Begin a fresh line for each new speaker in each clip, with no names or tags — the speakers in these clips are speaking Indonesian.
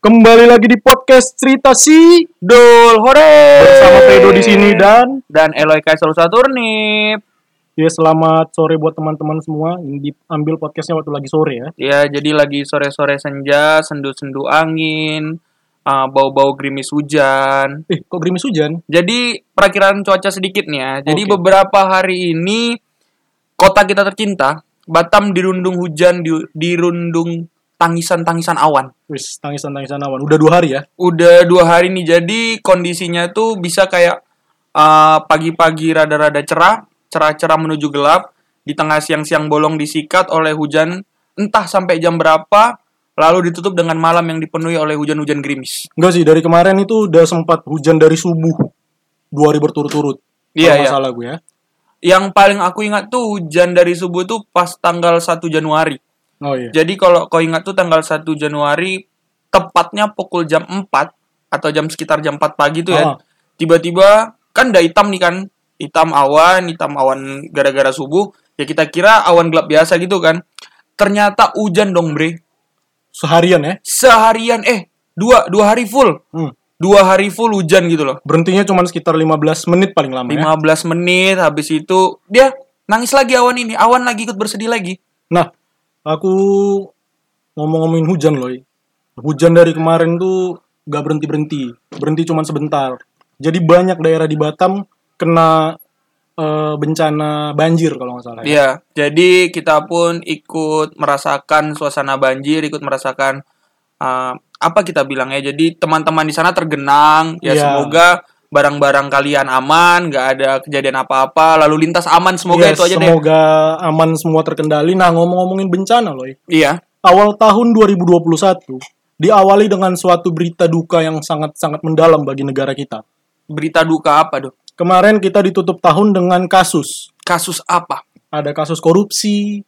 Kembali lagi di podcast cerita si Dol Hore bersama Fredo di sini dan
dan Eloy Kaisel Saturnip.
ya selamat sore buat teman-teman semua yang diambil podcastnya waktu lagi sore ya.
Ya, jadi lagi sore-sore senja, sendu-sendu angin, uh, bau-bau gerimis hujan.
Eh kok gerimis hujan?
Jadi perkiraan cuaca sedikit nih ya. Jadi
Oke.
beberapa hari ini kota kita tercinta, Batam dirundung hujan, di- dirundung tangisan-tangisan awan.
Wis tangisan-tangisan awan. Udah dua hari ya.
Udah dua hari nih, jadi kondisinya tuh bisa kayak uh, pagi-pagi rada-rada cerah, cerah-cerah menuju gelap, di tengah siang-siang bolong disikat oleh hujan entah sampai jam berapa, lalu ditutup dengan malam yang dipenuhi oleh hujan-hujan gerimis.
Enggak sih dari kemarin itu udah sempat hujan dari subuh dua hari berturut-turut.
Iya, iya.
Masalah gue ya.
Yang paling aku ingat tuh hujan dari subuh tuh pas tanggal 1 Januari.
Oh iya.
Jadi kalau kau ingat tuh tanggal 1 Januari tepatnya pukul jam 4 atau jam sekitar jam 4 pagi tuh
Ah.
ya. Tiba-tiba kan udah hitam nih kan. Hitam awan, hitam awan gara-gara subuh. Ya kita kira awan gelap biasa gitu kan. Ternyata hujan dong, Bre.
Seharian ya.
Seharian eh dua dua hari full.
Hmm.
Dua hari full hujan gitu loh.
Berhentinya cuma sekitar 15 menit paling lama ya.
15 menit habis itu dia nangis lagi awan ini. Awan lagi ikut bersedih lagi.
Nah, aku ngomong-ngomongin hujan loh. Hujan dari kemarin tuh gak berhenti-berhenti. Berhenti cuman sebentar. Jadi banyak daerah di Batam kena eh, bencana banjir kalau nggak salah. ya.
Iya, jadi kita pun ikut merasakan suasana banjir, ikut merasakan uh, apa kita bilang ya. Jadi teman-teman di sana tergenang. Ya
Iya.
semoga barang-barang kalian aman, nggak ada kejadian apa-apa. Lalu lintas aman, semoga
Yes,
itu aja deh.
Iya, semoga aman semua terkendali. Nah, ngomong-ngomongin bencana loh.
Iya,
Awal tahun 2021 diawali dengan suatu berita duka yang sangat-sangat mendalam bagi negara kita.
berita duka apa dong?
Kemarin kita ditutup tahun dengan kasus.
Kasus apa?
Ada kasus korupsi,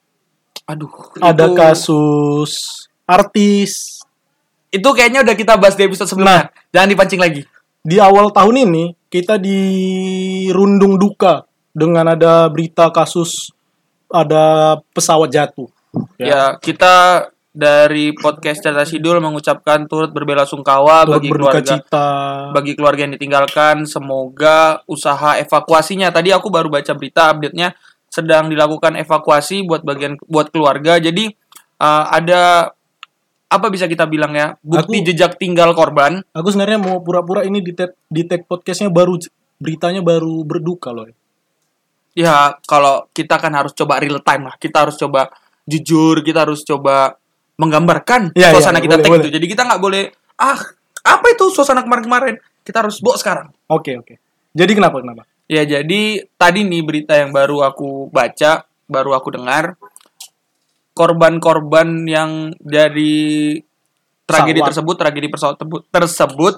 Aduh,
ada
itu-
kasus artis
Itu kayaknya udah kita bahas di episode
Nah.
sebelumnya. Jangan dipancing lagi.
di awal tahun ini kita dirundung duka dengan ada berita kasus ada pesawat jatuh
Ya, kita dari podcast Cerita Sidul mengucapkan turut berbela sungkawa
turut
bagi
berduka
keluarga
cita
bagi keluarga yang ditinggalkan semoga usaha evakuasinya tadi aku baru baca berita update-nya sedang dilakukan evakuasi buat bagian buat keluarga jadi uh, ada apa bisa kita bilang ya bukti
Aku-
jejak tinggal korban
aku sebenarnya mau pura-pura ini di tag, di tag podcastnya baru beritanya baru berduka loh
ya kalau kita kan harus coba real time lah kita harus coba jujur kita harus coba menggambarkan
Ya,
suasana
ya,
kita
boleh,
take
boleh.
itu jadi kita nggak boleh ah apa itu suasana kemarin-kemarin kita harus bawa sekarang
oke oke jadi kenapa kenapa
Ya jadi tadi nih berita yang baru aku baca, baru aku dengar korban-korban yang dari tragedi
Pesawat.
tersebut, tragedi pesawat tebu- tersebut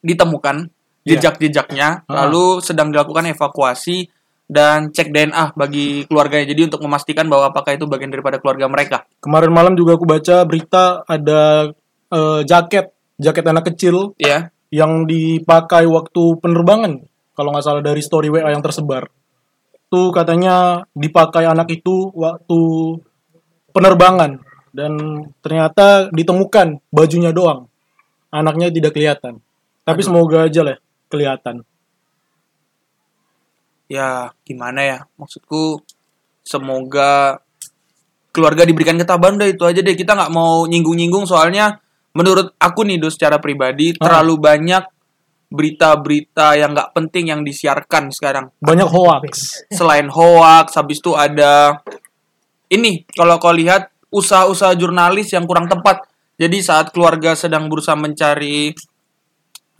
ditemukan
Iya.
jejak-jejaknya,
Ah.
lalu sedang dilakukan evakuasi dan cek DNA bagi keluarganya. Jadi untuk memastikan bahwa apakah itu bagian daripada keluarga mereka.
kemarin malam juga aku baca berita ada eh, jaket jaket anak kecil
Ya,
yang dipakai waktu penerbangan kalau nggak salah dari story WA yang tersebar itu katanya dipakai anak itu waktu penerbangan dan ternyata ditemukan bajunya doang anaknya tidak kelihatan tapi semoga aja lah kelihatan
ya gimana ya? Maksudku semoga keluarga diberikan ketabahan udah itu aja deh kita nggak mau nyinggung-nyinggung soalnya menurut aku nih Dus secara pribadi
Ah.
terlalu banyak berita-berita yang nggak penting yang disiarkan sekarang
banyak hoax
selain hoax habis itu ada ini kalau kau lihat usaha-usaha jurnalis yang kurang tepat jadi saat keluarga sedang berusaha mencari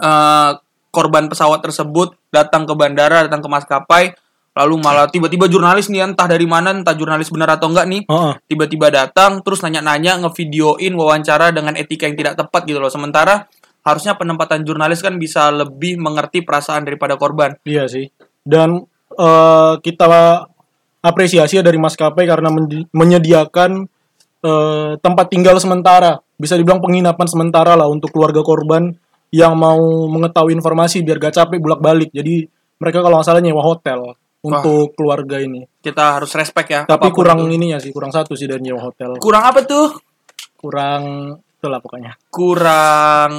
eh, korban pesawat tersebut datang ke bandara datang ke maskapai lalu malah tiba-tiba jurnalis nih entah dari mana entah jurnalis benar atau enggak nih
Heeh.
tiba-tiba datang terus nanya-nanya ngevideoin wawancara dengan etika yang tidak tepat gitu loh sementara harusnya penempatan jurnalis kan bisa lebih mengerti perasaan daripada korban
iya sih dan eh, kita apresiasi ya dari maskapai karena mendi- menyediakan eh, tempat tinggal sementara bisa dibilang penginapan sementara lah untuk keluarga korban yang mau mengetahui informasi biar gak capek bolak balik jadi mereka kalau nggak salah nyewa hotel untuk keluarga ini
kita harus respect ya
tapi
apapun
kurang
itu.
ininya sih kurang satu sih dari nyewa hotel
kurang apa tuh
kurang itulah pokoknya
kurang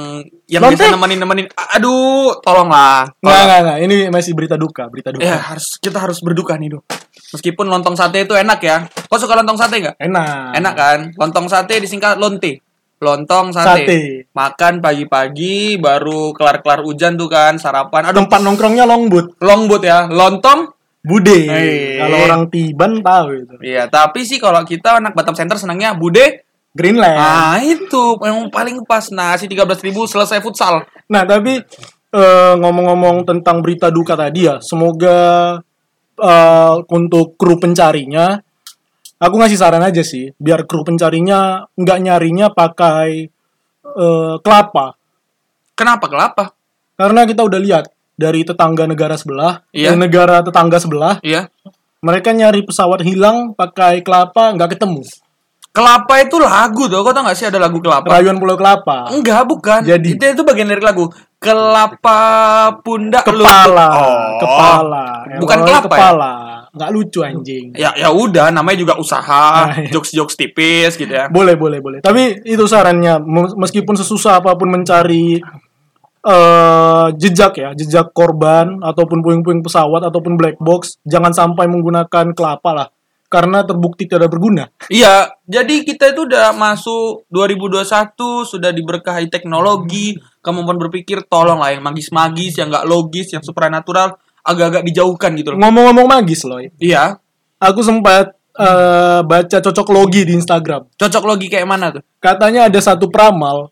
yang
Lontek.
bisa nemenin-nemenin. A- Aduh, tolonglah.
nggak nggak nggak ini masih berita duka berita duka
Ya, harus kita harus berduka nih, Dok. Meskipun lontong sate itu enak ya. Kau suka lontong sate nggak?
enak
Enak kan? Lontong sate disingkat lonte. Lontong sate.
Sate.
Makan pagi-pagi baru kelar-kelar hujan tuh kan sarapan. Aduh,
tempat nongkrongnya longbut
longbut ya. Lontong
bude
Hei.
kalau orang tiban tahu itu
Iya, tapi sih kalau kita anak Batam Center senangnya Bude.
Greenland
Nah, itu yang paling pas. Nasi 13.000 selesai futsal.
Nah, tapi eh, ngomong-ngomong tentang berita duka tadi ya, semoga eh, untuk kru pencarinya, aku ngasih saran aja sih, biar kru pencarinya nggak nyarinya pakai eh, kelapa,
Kenapa kelapa?
karena kita udah lihat dari tetangga negara sebelah,
Iya.
eh, negara tetangga sebelah,
Iya.
mereka nyari pesawat hilang pakai kelapa nggak ketemu,
Kelapa itu lagu tuh. Kau tau gak sih ada lagu kelapa?
rayuan pulau kelapa.
Enggak, bukan.
Jadi.
itu, itu bagian dari lagu. Kelapa pundak
Kepala,
lutut. Oh.
kepala,
Bukan
Emang
kelapa ya?
kepala, nggak lucu anjing.
Ya ya udah namanya juga usaha,
Nah, iya.
jokes-jokes tipis gitu ya.
Boleh, boleh, boleh. Tapi itu sarannya, Mem- meskipun sesusah apapun mencari eh jejak ya, jejak korban ataupun puing-puing pesawat ataupun black box, jangan sampai menggunakan kelapa lah, karena terbukti tidak berguna.
Iya, jadi kita itu udah masuk 2021, sudah diberkahi teknologi, kemampuan berpikir, tolonglah yang magis-magis, yang nggak logis, yang supranatural, agak-agak dijauhkan
Hmm.
gitu loh.
Ngomong-ngomong magis loh,
Iya,
aku sempat eh, baca cocok logi di Instagram.
cocok logi kayak mana tuh?
Katanya ada satu pramal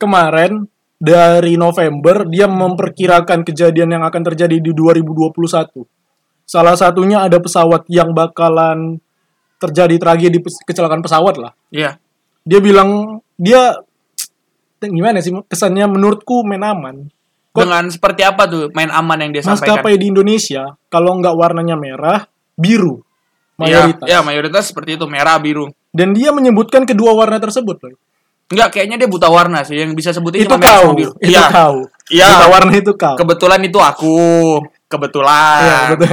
kemarin dari November dia memperkirakan kejadian yang akan terjadi di 2021. Salah satunya ada pesawat yang bakalan terjadi tragedi pes- kecelakaan pesawat lah.
Iya.
Dia bilang dia gimana sih kesannya menurutku main aman. Kok-
Dengan seperti apa tuh main aman yang dia sampaikan?
Maskapai di Indonesia kalau nggak warnanya merah, biru mayoritas.
Iya, ya, mayoritas seperti itu, merah, biru.
Dan dia menyebutkan kedua warna tersebut loh.
Enggak, kayaknya dia buta warna sih, yang bisa sebutin
Itu
cuma
kau,
merah sama biru.
itu
Iya,
kau.
Iya.
Buta warna itu kau.
kebetulan itu aku. Kebetulan.
Iya, betul.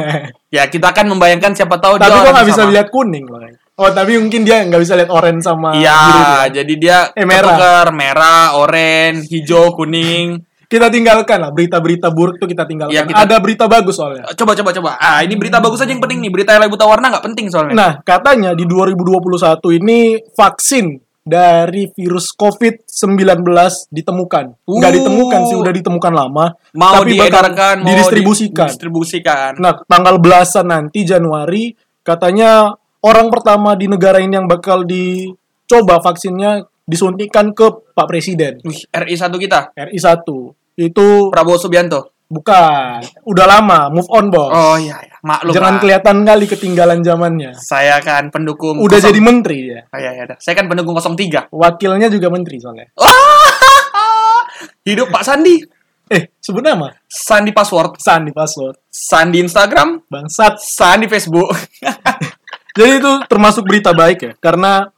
Ya, kita akan membayangkan siapa tahu
tapi
dia
kok
orang
nggak bisa
sama.
lihat kuning loh. Oh, tapi mungkin dia nggak bisa lihat orange sama biru dia.
Iya, jadi dia
Eh, merah.
ketuker, merah, oren, hijau, kuning.
Kita tinggalkan lah berita-berita buruk tuh kita tinggalkan.
Iya, kita-
Ada berita bagus soalnya.
Coba coba coba. Ah, ini berita bagus aja yang penting nih. Berita yang buta warna nggak penting soalnya.
Nah, katanya di 2021 ini vaksin dari virus COVID-19 ditemukan. Nggak
Uh.
ditemukan sih, udah ditemukan lama.
mau
tapi bakal
diedarkan, mau
didistribusikan.
didistribusikan.
Nah, tanggal belasan nanti Januari katanya orang pertama di negara ini yang bakal dicoba vaksinnya disuntikan ke Pak Presiden
Wih, RI satu kita.
RI 1. Itu
Prabowo Subianto.
bukan, udah lama, move on, Bos.
Oh iya, iya. maklum.
Jangan
lah.
kelihatan kali ketinggalan zamannya.
Saya kan pendukung.
Udah
kosong-
jadi menteri ya.
Oh, iya, iya, dah. Saya kan pendukung 03.
Wakilnya juga menteri soalnya.
Oh! Hidup Pak Sandi.
Eh, sebut nama.
Sandi password,
Sandi password.
Sandi Instagram,
Bangsat.
Sandi Facebook.
Jadi itu termasuk berita baik ya, karena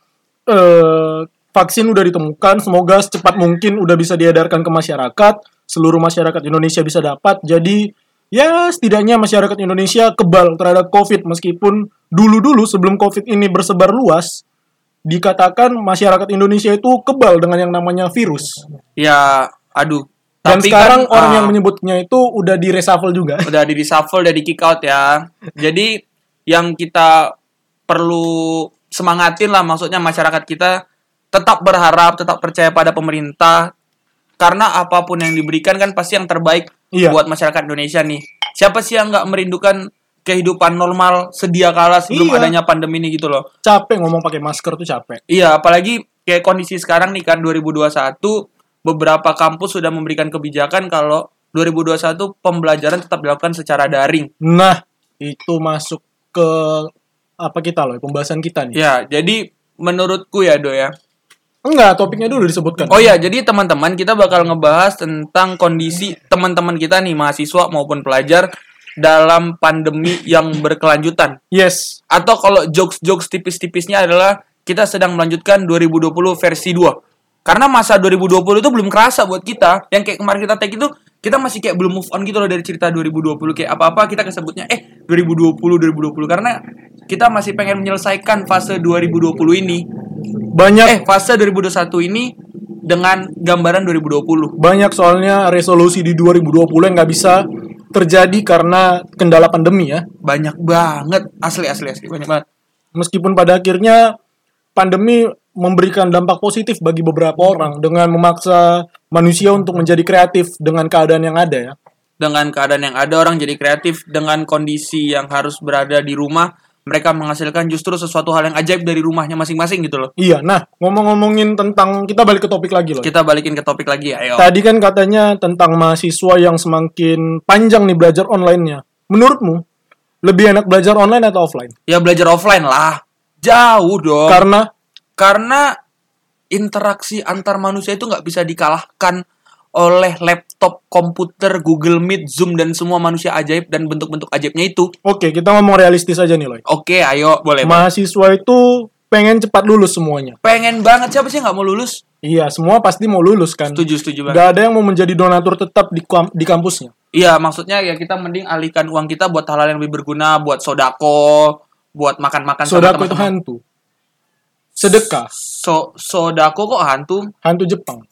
eh, vaksin udah ditemukan, semoga secepat mungkin udah bisa diedarkan ke masyarakat, seluruh masyarakat Indonesia bisa dapat. Jadi ya setidaknya masyarakat Indonesia kebal terhadap COVID meskipun dulu-dulu sebelum COVID ini bersebar luas, dikatakan masyarakat Indonesia itu kebal dengan yang namanya virus.
ya, aduh.
Dan
Tapi
sekarang
kan,
orang
ah,
yang menyebutnya itu udah di reshuffle juga.
udah di reshuffle, udah di kick out ya. Jadi yang kita perlu semangatin lah maksudnya masyarakat kita tetap berharap, tetap percaya pada pemerintah karena apapun yang diberikan kan pasti yang terbaik
Iya.
buat masyarakat Indonesia nih. Siapa sih yang nggak merindukan kehidupan normal sedia kala sebelum
Iya.
adanya pandemi ini gitu loh.
Capek ngomong pakai masker tuh capek.
Iya, apalagi kayak kondisi sekarang nih kan 2021 beberapa kampus sudah memberikan kebijakan kalau 2021 pembelajaran tetap dilakukan secara daring.
Nah, itu masuk ke apa kita loh, pembahasan kita nih.
Ya, jadi menurutku ya Do ya.
Enggak, topiknya dulu disebutkan.
Oh ya, jadi teman-teman kita bakal ngebahas tentang kondisi teman-teman kita nih mahasiswa maupun pelajar dalam pandemi yang berkelanjutan.
Yes,
Atau kalau jokes-jokes tipis-tipisnya adalah kita sedang melanjutkan 2020 versi 2. Karena masa 2020 itu belum kerasa buat kita. Yang kayak kemarin kita take itu, kita masih kayak belum move on gitu loh dari cerita 2020. Kayak apa-apa kita kesebutnya, eh 2020, 2020. Karena kita masih pengen menyelesaikan Eh, fase 2020 ini.
banyak
Eh, fase 2021 ini dengan gambaran 2020.
Banyak soalnya resolusi di 2020 yang nggak bisa terjadi karena kendala pandemi ya.
Banyak banget, asli asli asli banyak banget.
Meskipun pada akhirnya pandemi memberikan dampak positif bagi beberapa orang dengan memaksa manusia untuk menjadi kreatif dengan keadaan yang ada ya.
Dengan keadaan yang ada orang jadi kreatif dengan kondisi yang harus berada di rumah, mereka menghasilkan justru sesuatu hal yang ajaib dari rumahnya masing-masing gitu loh.
Iya, nah ngomong-ngomongin tentang kita balik ke topik lagi loh.
Kita balikin ke topik lagi, ya, ayo.
Tadi kan katanya tentang mahasiswa yang semakin panjang nih belajar online-nya. Menurutmu lebih enak belajar online atau offline?
Ya belajar offline lah. Jauh dong.
Karena
karena interaksi antar manusia itu nggak bisa dikalahkan oleh laptop, komputer, Google Meet, Zoom dan semua manusia ajaib dan bentuk-bentuk ajaibnya itu.
oke, kita ngomong realistis aja nih, Loy.
Oke, ayo boleh.
Mahasiswa itu pengen cepat lulus semuanya.
Pengen banget siapa sih yang nggak mau lulus?
Iya, semua pasti mau lulus kan.
Setuju, setuju banget.
Gak ada yang mau menjadi donatur tetap di, kam- di kampusnya.
Iya, maksudnya ya kita mending alihkan uang kita buat hal-hal yang lebih berguna, buat sodako, buat makan-makan sama
Sodako itu kan-
teman-teman.
hantu. Sedekah,
So, sodako kok hantu?
hantu Jepang.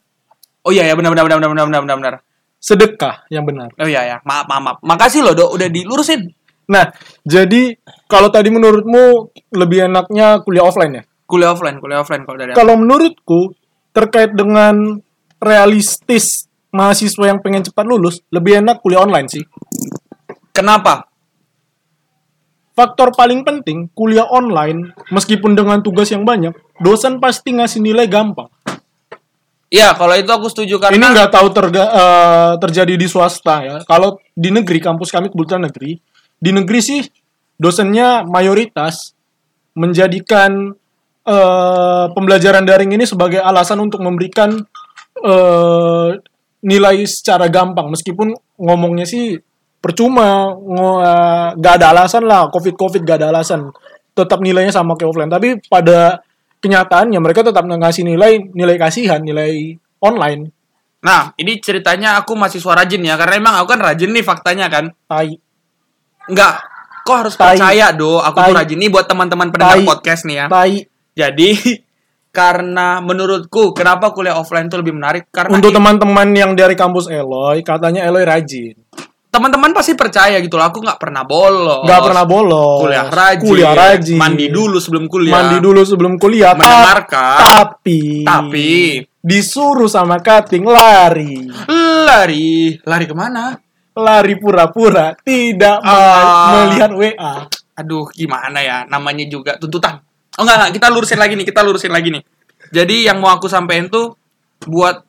Oh iya ya benar benar benar benar benar benar benar.
Sedekah yang benar.
Oh iya ya, maaf maaf. maaf. Makasih loh, Dok, udah dilurusin.
Nah, jadi kalau tadi menurutmu lebih enaknya kuliah offline ya?
Kuliah offline, kuliah offline kalau dari aku.
Kalau menurutku terkait dengan realistis mahasiswa yang pengen cepat lulus, lebih enak kuliah online sih.
Kenapa?
Faktor paling penting, kuliah online, meskipun dengan tugas yang banyak, dosen pasti ngasih nilai gampang.
Iya, kalau itu aku setuju karena
Ini nggak tahu terga- eh, terjadi di swasta ya. Kalau di negeri, kampus kami kebetulan negeri, di negeri sih dosennya mayoritas menjadikan eh, pembelajaran daring ini sebagai alasan untuk memberikan eh, nilai secara gampang, meskipun ngomongnya sih percuma, ngo- eh, nggak ada alasan lah, covid covid gak ada alasan, tetap nilainya sama kayak offline. Tapi pada kenyataannya mereka tetap ngasih nilai nilai kasihan, nilai online.
Nah, ini ceritanya aku mahasiswa rajin ya, karena emang aku kan rajin nih faktanya kan.
Tai.
Enggak, kok harus
Tai.
percaya do, aku tuh
Tai.
rajin nih buat teman-teman pendengar
Tai.
podcast nih ya.
Tai.
Jadi karena menurutku kenapa kuliah offline tuh lebih menarik karena
Untuk
i-
teman-teman yang dari kampus Eloy, katanya Eloy rajin.
teman-teman pasti percaya gitu loh, aku nggak pernah bolos.
Nggak pernah bolos.
Oh, kuliah rajin.
Kuliah rajin.
Mandi dulu ya. sebelum kuliah.
Mandi dulu sebelum kuliah. Ta-
Mendengarkan.
Tapi.
Tapi.
Disuruh sama Kating lari.
Lari, lari kemana?
Lari pura-pura. Tidak me-
Ah.
melihat WA.
aduh gimana ya namanya juga tuntutan oh enggak enggak kita lurusin lagi nih kita lurusin lagi nih jadi yang mau aku sampaikan tuh buat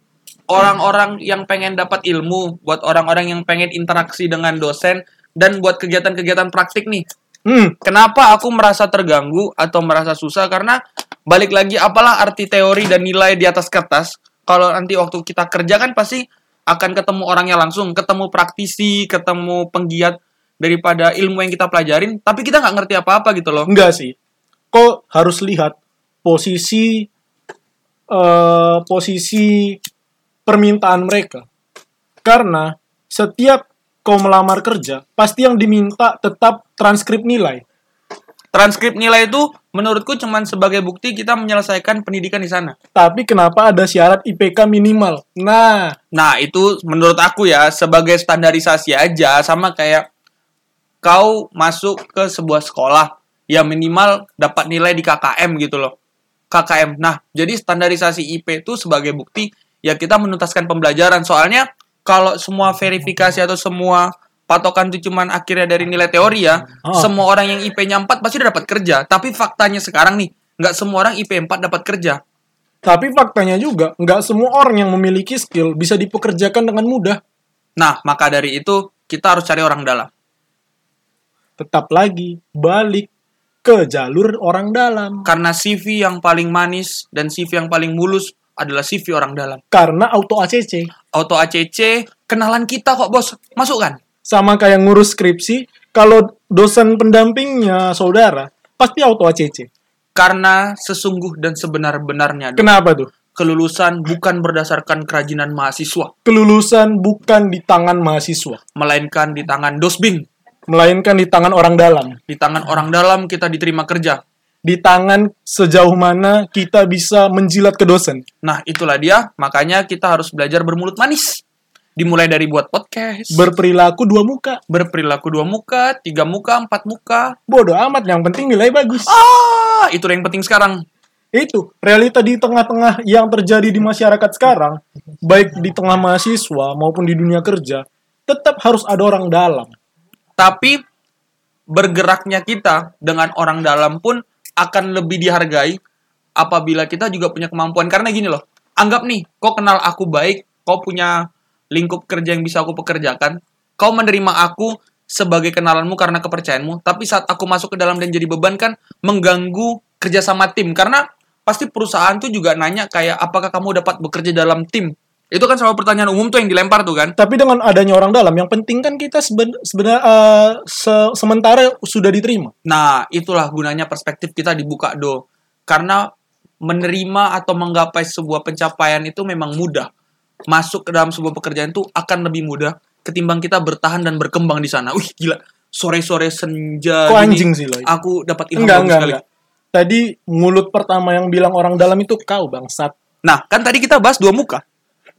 orang-orang yang pengen dapat ilmu buat orang-orang yang pengen interaksi dengan dosen dan buat kegiatan-kegiatan praktik nih
Hmm.
kenapa aku merasa terganggu atau merasa susah karena balik lagi apalah arti teori dan nilai di atas kertas kalau nanti waktu kita kerja kan pasti akan ketemu orangnya langsung ketemu praktisi ketemu penggiat daripada ilmu yang kita pelajarin tapi kita nggak ngerti apa-apa gitu loh
Enggak sih. Kok harus lihat posisi eh posisi permintaan mereka. Karena setiap kau melamar kerja, pasti yang diminta tetap transkrip nilai.
transkrip nilai itu menurutku cuman sebagai bukti kita menyelesaikan pendidikan di sana
Tapi kenapa ada syarat IPK minimal? Nah,
Nah, itu menurut aku ya sebagai standarisasi aja sama kayak kau masuk ke sebuah sekolah ya minimal dapat nilai di KKM gitu loh. KKM. Nah, jadi standarisasi IP itu sebagai bukti ya kita menuntaskan pembelajaran. Soalnya kalau semua verifikasi atau semua patokan itu cuman akhirnya dari nilai teori ya,
Oh.
semua orang yang IP-nya 4 pasti udah dapat kerja. Tapi faktanya sekarang nih, nggak semua orang IP 4 dapat kerja.
tapi faktanya juga nggak semua orang yang memiliki skill bisa dipekerjakan dengan mudah.
Nah, maka dari itu kita harus cari orang dalam.
Tetap lagi balik ke jalur orang dalam.
karena CV yang paling manis dan CV yang paling mulus adalah CV orang dalam.
Karena auto ACC.
Auto ACC, kenalan kita kok bos, kan? masukkan.
sama kayak ngurus skripsi, kalau dosen pendampingnya saudara, pasti auto ACC.
Karena sesungguh dan sebenar-benarnya dok,
Kenapa tuh?
kelulusan bukan berdasarkan kerajinan mahasiswa,
Kelulusan bukan di tangan mahasiswa,
melainkan di tangan dosbing,
melainkan di tangan orang dalam.
di tangan orang dalam kita diterima kerja.
di tangan sejauh mana kita bisa menjilat ke dosen.
Nah, itulah dia. Makanya kita harus belajar bermulut manis. Dimulai dari buat podcast,
Berperilaku dua muka.
berperilaku dua muka, tiga muka, empat muka.
Bodoh amat, yang penting nilai bagus.
Ah, itu yang penting sekarang.
Itu, realita di tengah-tengah yang terjadi di masyarakat sekarang, baik di tengah mahasiswa maupun di dunia kerja, tetap harus ada orang dalam.
Tapi bergeraknya kita dengan orang dalam pun akan lebih dihargai apabila kita juga punya kemampuan. Karena gini loh, anggap nih, kau kenal aku baik, kau punya lingkup kerja yang bisa aku pekerjakan, kau menerima aku sebagai kenalanmu karena kepercayaanmu, tapi saat aku masuk ke dalam dan jadi beban kan mengganggu kerja sama tim. Karena pasti perusahaan tuh juga nanya kayak apakah kamu dapat bekerja dalam tim. Itu kan selalu pertanyaan umum tuh yang dilempar tuh kan.
Tapi dengan adanya orang dalam, yang penting kan kita sebenarnya sementara sudah diterima.
Nah, itulah gunanya perspektif kita dibuka do. Karena menerima atau menggapai sebuah pencapaian itu memang mudah. Masuk ke dalam sebuah pekerjaan itu akan lebih mudah ketimbang kita bertahan dan berkembang di sana. Wih, gila. Sore-sore senja
Kok
gini,
anjing sih lo?
Aku dapat ilmu
Enggak,
ah, bagus
enggak,
sekali.
enggak. Tadi mulut pertama yang bilang orang dalam itu kau bangsat.
Nah, kan tadi kita bahas dua muka.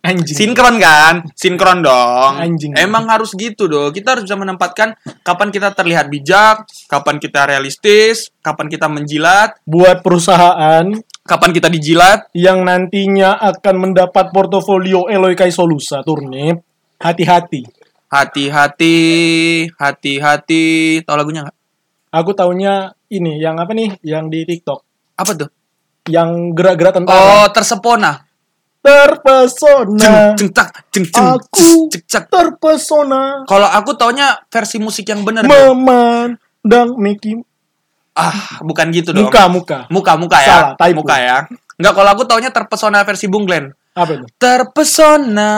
Anjing.
Sinkron kan? Sinkron dong.
Anjing.
Emang harus gitu dong. Kita harus bisa menempatkan kapan kita terlihat bijak, kapan kita realistis, kapan kita menjilat,
Buat perusahaan
kapan kita dijilat,
yang nantinya akan mendapat portofolio Eloy Kai Solusa turnip, hati-hati.
Hati-hati, hati-hati. Tahu lagunya nggak?
Aku taunya ini yang apa nih? Yang di TikTok,
Apa tuh?
yang gerak-gerak tentara.
Oh,
Nah.
tersepona.
Terpesona.
Ceng, ceng, cak, ceng, ceng,
Aku
ceng, cak.
terpesona
Kalau aku taunya versi musik yang bener. dong.
memandang Mickey
ah, bukan gitu dong.
muka muka.
muka, muka ya.
Salah, typo.
muka ya. Nggak, kalau aku taunya terpesona versi Bung Glenn.
Apa itu?
Terpesona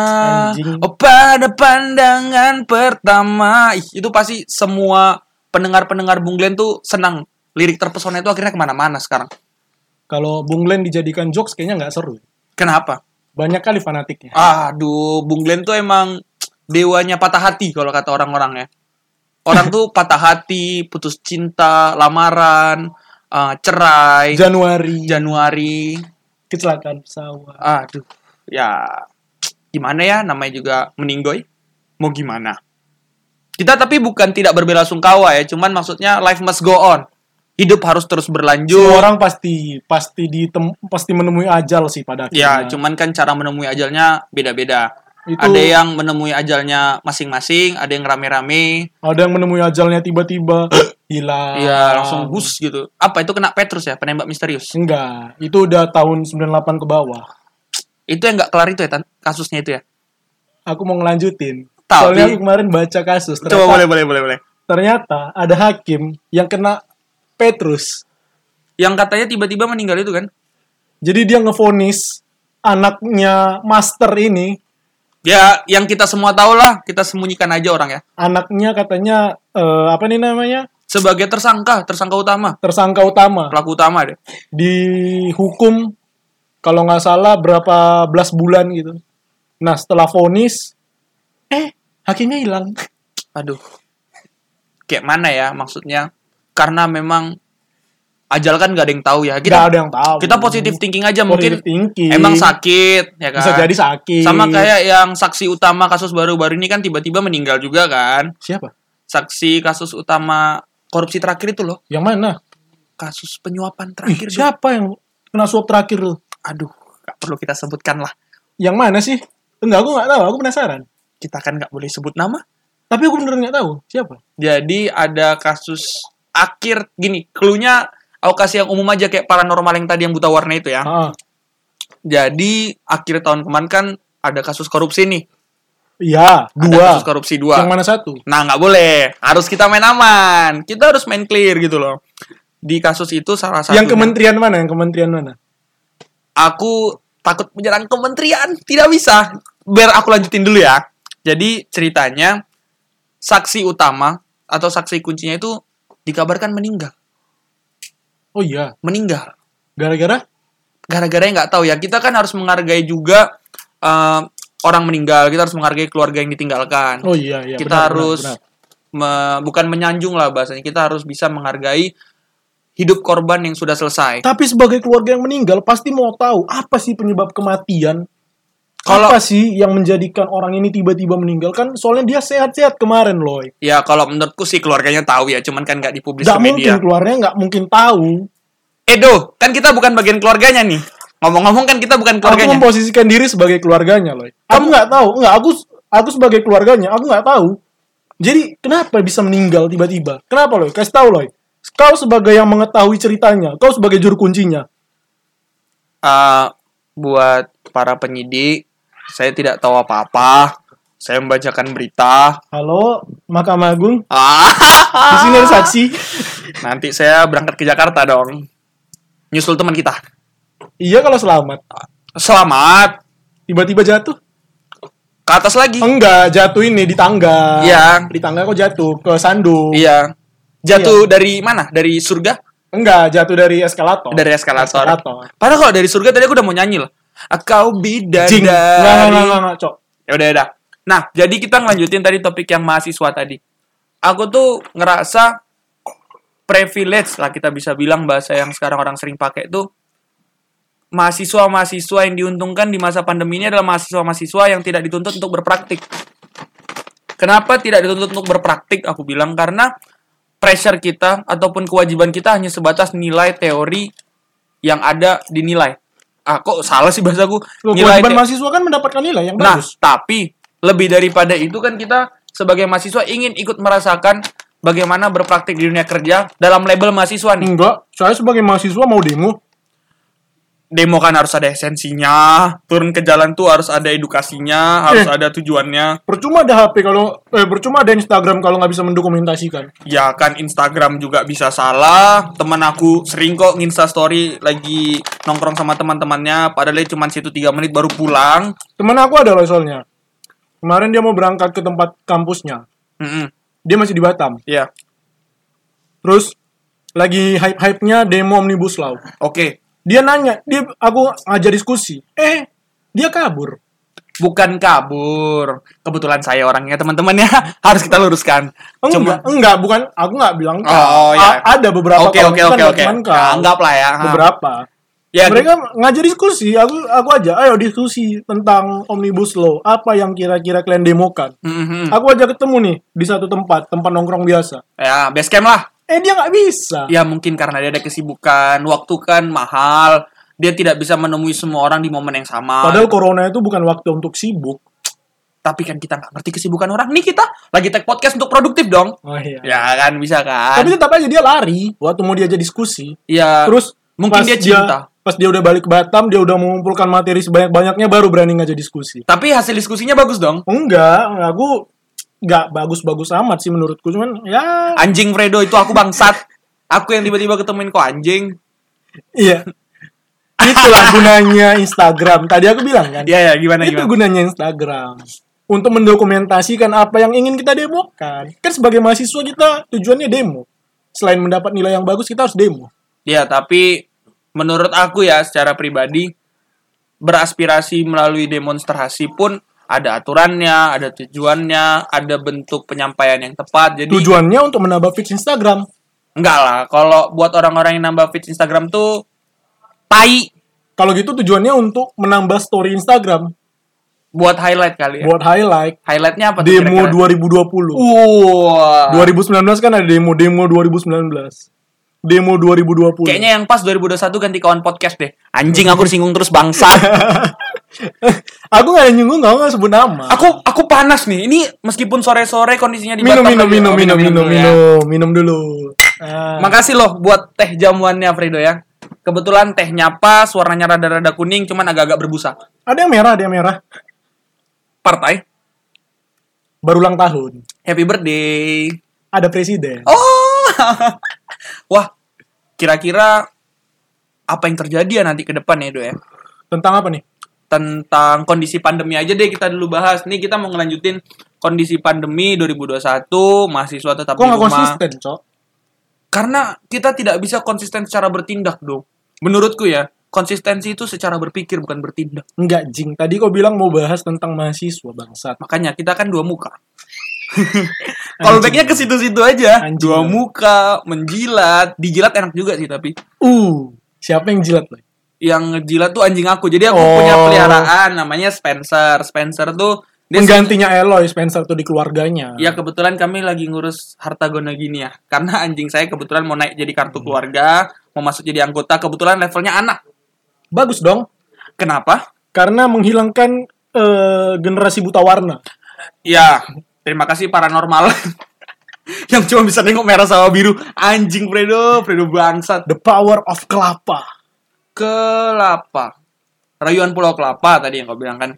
Anjing.
oh, pada pandangan pertama. Ih, itu pasti semua pendengar-pendengar Bung Glenn tuh senang. Lirik terpesona itu akhirnya kemana-mana sekarang.
Kalau Bung Len dijadikan jokes kayaknya nggak seru. ya.
Kenapa?
Banyak kali fanatiknya.
Aduh, Bung Glenn tuh emang dewanya patah hati kalau kata orang-orang ya. Orang tuh patah hati, putus cinta, lamaran, eh, cerai,
Januari
Januari.
kecelakaan pesawat.
Aduh, ya gimana ya namanya juga meninggoy. Mau gimana? Kita tapi bukan tidak berbelasungkawa ya, cuman maksudnya life must go on. Hidup harus terus berlanjut.
Semua orang pasti pasti ditem, pasti menemui ajal sih pada
Ya,
akhirnya.
cuman kan cara menemui ajalnya beda-beda.
Iya. Itu-
Ada yang menemui ajalnya masing-masing, ada yang rame-rame,
Ada yang menemui ajalnya tiba-tiba hilang.
ya langsung bus gitu. Apa itu kena Petrus ya, penembak misterius?
Enggak, itu udah tahun 98 ke bawah.
Itu yang nggak kelar itu ya, Tan? kasusnya itu ya.
Aku mau ngelanjutin.
Tapi-
Soalnya aku kemarin baca kasus. Ternyata,
Coba boleh boleh boleh boleh.
ternyata ada hakim yang kena Petrus.
Yang katanya tiba-tiba meninggal itu kan?
Jadi dia ngevonis anaknya master ini,
Ya, yang kita semua tahu lah, kita sembunyikan aja orang ya.
anaknya katanya eh, apa nih namanya?
Sebagai tersangka, tersangka utama,
tersangka utama
pelaku utama deh.
dihukum kalau nggak salah berapa belas bulan gitu. Nah setelah vonis, eh hakimnya hilang.
Aduh. Kayak mana ya maksudnya? Karena memang ajal kan nggak ada yang tahu ya.
Nggak
Kita
ada yang tahu.
kita positif thinking aja
Positive
mungkin
thinking.
emang sakit ya kan
Bisa jadi sakit.
sama kayak yang saksi utama kasus baru-baru ini kan tiba-tiba meninggal juga kan
siapa?
saksi kasus utama korupsi terakhir itu loh
Yang mana?
kasus
Ih,
penyuapan terakhir tuh.
siapa yang kena suap terakhir tuh?
aduh nggak perlu kita sebutkan lah
Yang mana sih? Enggak, aku nggak tahu. Aku penasaran.
kita kan nggak boleh sebut nama
Tapi aku beneran nggak tahu siapa.
jadi ada kasus akhir gini cluenya aku kasih yang umum aja kayak paranormal yang tadi yang buta warna itu ya
Ah,
jadi akhir tahun kemarin kan ada kasus korupsi nih
iya
ada
dua.
kasus korupsi dua
Yang mana satu?
Nah, nggak boleh. Harus kita main aman. Kita harus main clear gitu loh. Di kasus itu salah satu
Yang kementerian mana? Yang kementerian mana?
aku takut menyerang kementerian, tidak bisa. Biar aku lanjutin dulu ya. Jadi ceritanya saksi utama atau saksi kuncinya itu dikabarkan meninggal.
Oh iya,
Meninggal.
gara-gara
gara-gara yang nggak tahu ya kita kan harus menghargai juga eh, orang meninggal kita harus menghargai keluarga yang ditinggalkan
Oh iya, iya, benar,
kita
benar,
harus
benar.
me- bukan menyanjung lah bahasanya kita harus bisa menghargai hidup korban yang sudah selesai.
Tapi sebagai keluarga yang meninggal pasti mau tahu apa sih penyebab kematian.
Kalau-
apa sih yang menjadikan orang ini tiba-tiba meninggal kan? Soalnya dia sehat-sehat kemarin loh.
Ya kalau menurutku sih keluarganya tahu ya, cuman kan nggak dipublis
Gak
ke
mungkin
media.
keluarnya nggak mungkin tahu.
Edo, kan kita bukan bagian keluarganya nih. Ngomong-ngomong kan kita
Aku
bukan keluarganya.
memposisikan diri sebagai keluarganya loh. Aku
Kamu-
nggak tahu. Nggak aku aku sebagai keluarganya aku nggak tahu. Jadi kenapa bisa meninggal tiba-tiba? Kenapa loh? Kasih tahu loh. Kau sebagai yang mengetahui ceritanya, kau sebagai juru kuncinya.
Eh, buat para penyidik, saya tidak tahu apa-apa. Saya membacakan berita.
Halo, Mahkamah Agung,
Ah,
di sini ada saksi.
nanti saya berangkat ke Jakarta dong. Nyusul teman kita.
Iya kalau selamat.
Selamat.
Tiba-tiba jatuh.
Ke atas lagi.
Enggak, jatuh ini di tangga.
Iya.
Di tangga kok jatuh ke sandung.
Iya. Jatuh dari mana? Dari surga?
Enggak, jatuh dari eskalator.
Dari eskalator.
Oh. Eskalator.
Padahal kalau dari surga tadi aku udah mau nyanyi lah. Kau bidadari.
Jing. Nah, Nggak, nggak, nggak, nggak, Cok.
Ya udah, ya udah. Nah, jadi kita ngelanjutin tadi topik yang mahasiswa tadi. Aku tuh ngerasa privilege lah kita bisa bilang bahasa yang sekarang orang sering pakai tuh mahasiswa-mahasiswa yang diuntungkan di masa pandemi ini adalah mahasiswa-mahasiswa yang tidak dituntut untuk berpraktik. Kenapa tidak dituntut untuk berpraktik? Aku bilang karena pressure kita ataupun kewajiban kita hanya sebatas nilai teori yang ada dinilai. Ah, kok salah sih bahasaku?
Loh,
Nilai
kewajiban
te-
mahasiswa kan mendapatkan nilai yang
Nah,
bagus.
tapi lebih daripada itu kan kita sebagai mahasiswa ingin ikut merasakan bagaimana berpraktik di dunia kerja dalam label mahasiswa nih.
Enggak, saya sebagai mahasiswa mau demo.
Demo kan harus ada esensinya, turun ke jalan tuh harus ada edukasinya, harus
Eh.
ada tujuannya.
Percuma ada HP kalau eh percuma ada Instagram kalau nggak bisa mendokumentasikan.
Ya kan Instagram juga bisa salah. Temen aku sering kok nginsta story lagi nongkrong sama teman-temannya padahal dia cuma situ 3 menit baru pulang.
Teman aku ada loh soalnya. Kemarin dia mau berangkat ke tempat kampusnya.
Mm-mm.
Dia masih di Batam.
Iya.
Terus lagi hype-hype-nya demo Omnibus Law.
Oke.
dia nanya dia aku ngajak diskusi eh dia kabur
Bukan kabur. Kebetulan saya orangnya teman-teman ya harus kita luruskan.
Oh, enggak enggak bukan aku nggak bilang kau.
Oh, iya.
A- ada beberapa
Oke
kawan
oke
kita
oke
nggak
oke.
cuman kau.
Anggap lah ya.
kan? beberapa
Ya,
mereka ngajak diskusi aku aku aja ayo diskusi tentang omnibus law apa yang kira-kira kalian demokan
Mhm.
aku aja ketemu nih di satu tempat tempat nongkrong biasa
ya base camp lah.
eh dia nggak bisa
Ya mungkin karena dia ada kesibukan, waktu kan mahal, dia tidak bisa menemui semua orang di momen yang sama.
padahal corona itu bukan waktu untuk sibuk
Tapi kan kita nggak ngerti kesibukan orang. Nih kita lagi tag podcast untuk produktif dong.
oh, iya.
Ya kan bisa
tapi
kan.
tetap aja dia lari waktu mau diajak diskusi
ya
Terus
mungkin
pas
dia cinta.
pas dia udah balik ke Batam, dia udah mengumpulkan materi sebanyak-banyaknya baru berani ngajak diskusi.
tapi hasil diskusinya bagus dong.
Enggak, enggak, aku enggak bagus-bagus amat sih menurutku. Cuman ya
Anjing Fredo itu aku bangsat. Aku yang tiba-tiba ketemuin kok anjing.
iya. Itulah gunanya Instagram. Tadi aku bilang kan.
Ya ya gimana
itu
gimana.
gunanya Instagram. Untuk mendokumentasikan apa yang ingin kita demokan. Kan sebagai mahasiswa kita tujuannya demo. Selain mendapat nilai yang bagus, kita harus demo.
Ya, tapi menurut aku ya secara pribadi beraspirasi melalui demonstrasi pun ada aturannya, ada tujuannya, ada bentuk penyampaian yang tepat. Jadi
Tujuannya untuk menambah feeds Instagram.
enggak lah kalau buat orang-orang yang nambah feed Instagram tuh tai
Kalau gitu tujuannya untuk menambah story Instagram.
buat highlight kali ya.
Buat highlight.
Highlightnya apa tuh
demo 2020.
kira-kira? Wah.
2019 kan ada demo demo 2019. Demo 2020.
Kayaknya yang pas 2021 ganti kawan podcast deh. Anjing aku disinggung terus bangsa.
aku gak ada nyinggung, gak nggak sebut nama.
aku aku panas nih. Ini meskipun sore-sore kondisinya di
minum
Batam
minum minum
lagi. Oh,
minum minum
dulu ya.
minum minum dulu. Ah,
Makasih loh buat teh jamuannya Fredo ya. Kebetulan tehnya pas, warnanya rada-rada kuning, cuman agak-agak berbusa.
Eh, ada yang merah, ada yang merah.
Partai,
Baru ulang tahun.
happy birthday.
Ada presiden.
Oh, wah, kira-kira apa yang terjadi ya nanti ke depan ya Do ya?
Tentang apa nih?
Tentang kondisi pandemi aja deh kita dulu bahas. Nih kita mau ngelanjutin kondisi pandemi 2021, mahasiswa tetap
Kok
di
nggak
rumah.
konsisten, Cok?
Karena kita tidak bisa konsisten secara bertindak dong. Menurutku ya, konsistensi itu secara berpikir bukan bertindak.
Enggak, Jing. Tadi kau bilang mau bahas tentang mahasiswa, bangsat.
Makanya kita kan dua muka. Callbacknya ke situ-situ aja.
Anjing.
Dua muka, menjilat, dijilat enak juga sih tapi.
Uh, siapa yang jilat? Lai?
Yang ngejilat tuh anjing aku. Jadi aku
Oh.
punya peliharaan namanya Spencer. Spencer tuh dia
Penggantinya Eloy Spencer tuh di keluarganya.
Ya kebetulan kami lagi ngurus harta guna gini ya. Karena anjing saya kebetulan mau naik jadi kartu
Hmm.
keluarga, mau masuk jadi anggota, kebetulan levelnya anak.
Bagus dong,
Kenapa?
karena menghilangkan eh, generasi buta warna.
Ya, terima kasih paranormal. yang cuma bisa nengok merah sama biru. Anjing Fredo, Fredo bangsat.
The power of kelapa.
Kelapa. Rayuan Pulau Kelapa tadi yang kau bilang kan.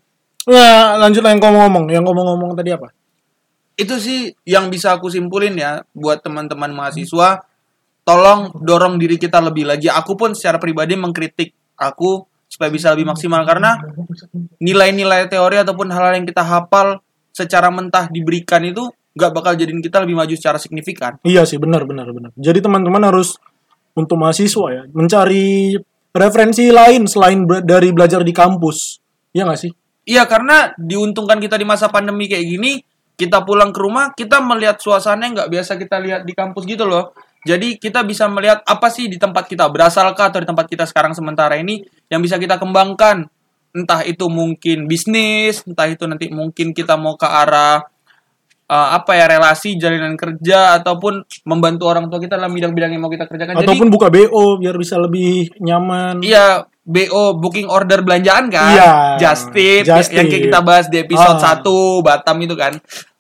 Nah, lanjut lah yang kau ngomong. Yang kau mau ngomong tadi apa?
Itu sih yang bisa aku simpulin ya buat teman-teman mahasiswa. Tolong dorong diri kita lebih lagi. Aku pun secara pribadi mengkritik aku supaya bisa lebih maksimal karena nilai-nilai teori ataupun hal-hal yang kita hafal secara mentah diberikan itu nggak bakal jadiin kita lebih maju secara signifikan.
Iya sih, benar, benar, benar. Jadi teman-teman harus untuk mahasiswa ya, mencari referensi lain selain be- dari belajar di kampus. Iya nggak sih?
Iya karena diuntungkan kita di masa pandemi kayak gini, kita pulang ke rumah, kita melihat suasana yang nggak biasa kita lihat di kampus gitu loh. Jadi kita bisa melihat apa sih di tempat kita berasalkah atau di tempat kita sekarang sementara ini yang bisa kita kembangkan. Entah itu mungkin bisnis, entah itu nanti mungkin kita mau ke arah eh, apa ya relasi jalinan kerja ataupun membantu orang tua kita dalam bidang-bidang yang mau kita kerjakan. Nah, Jadi
Ataupun buka BO biar bisa lebih nyaman.
Iya, BO booking order belanjaan kan?
Iya.
Just tip ya,
Just
yang kayak
tip.
kita bahas di episode
Ah.
1 Batam itu kan.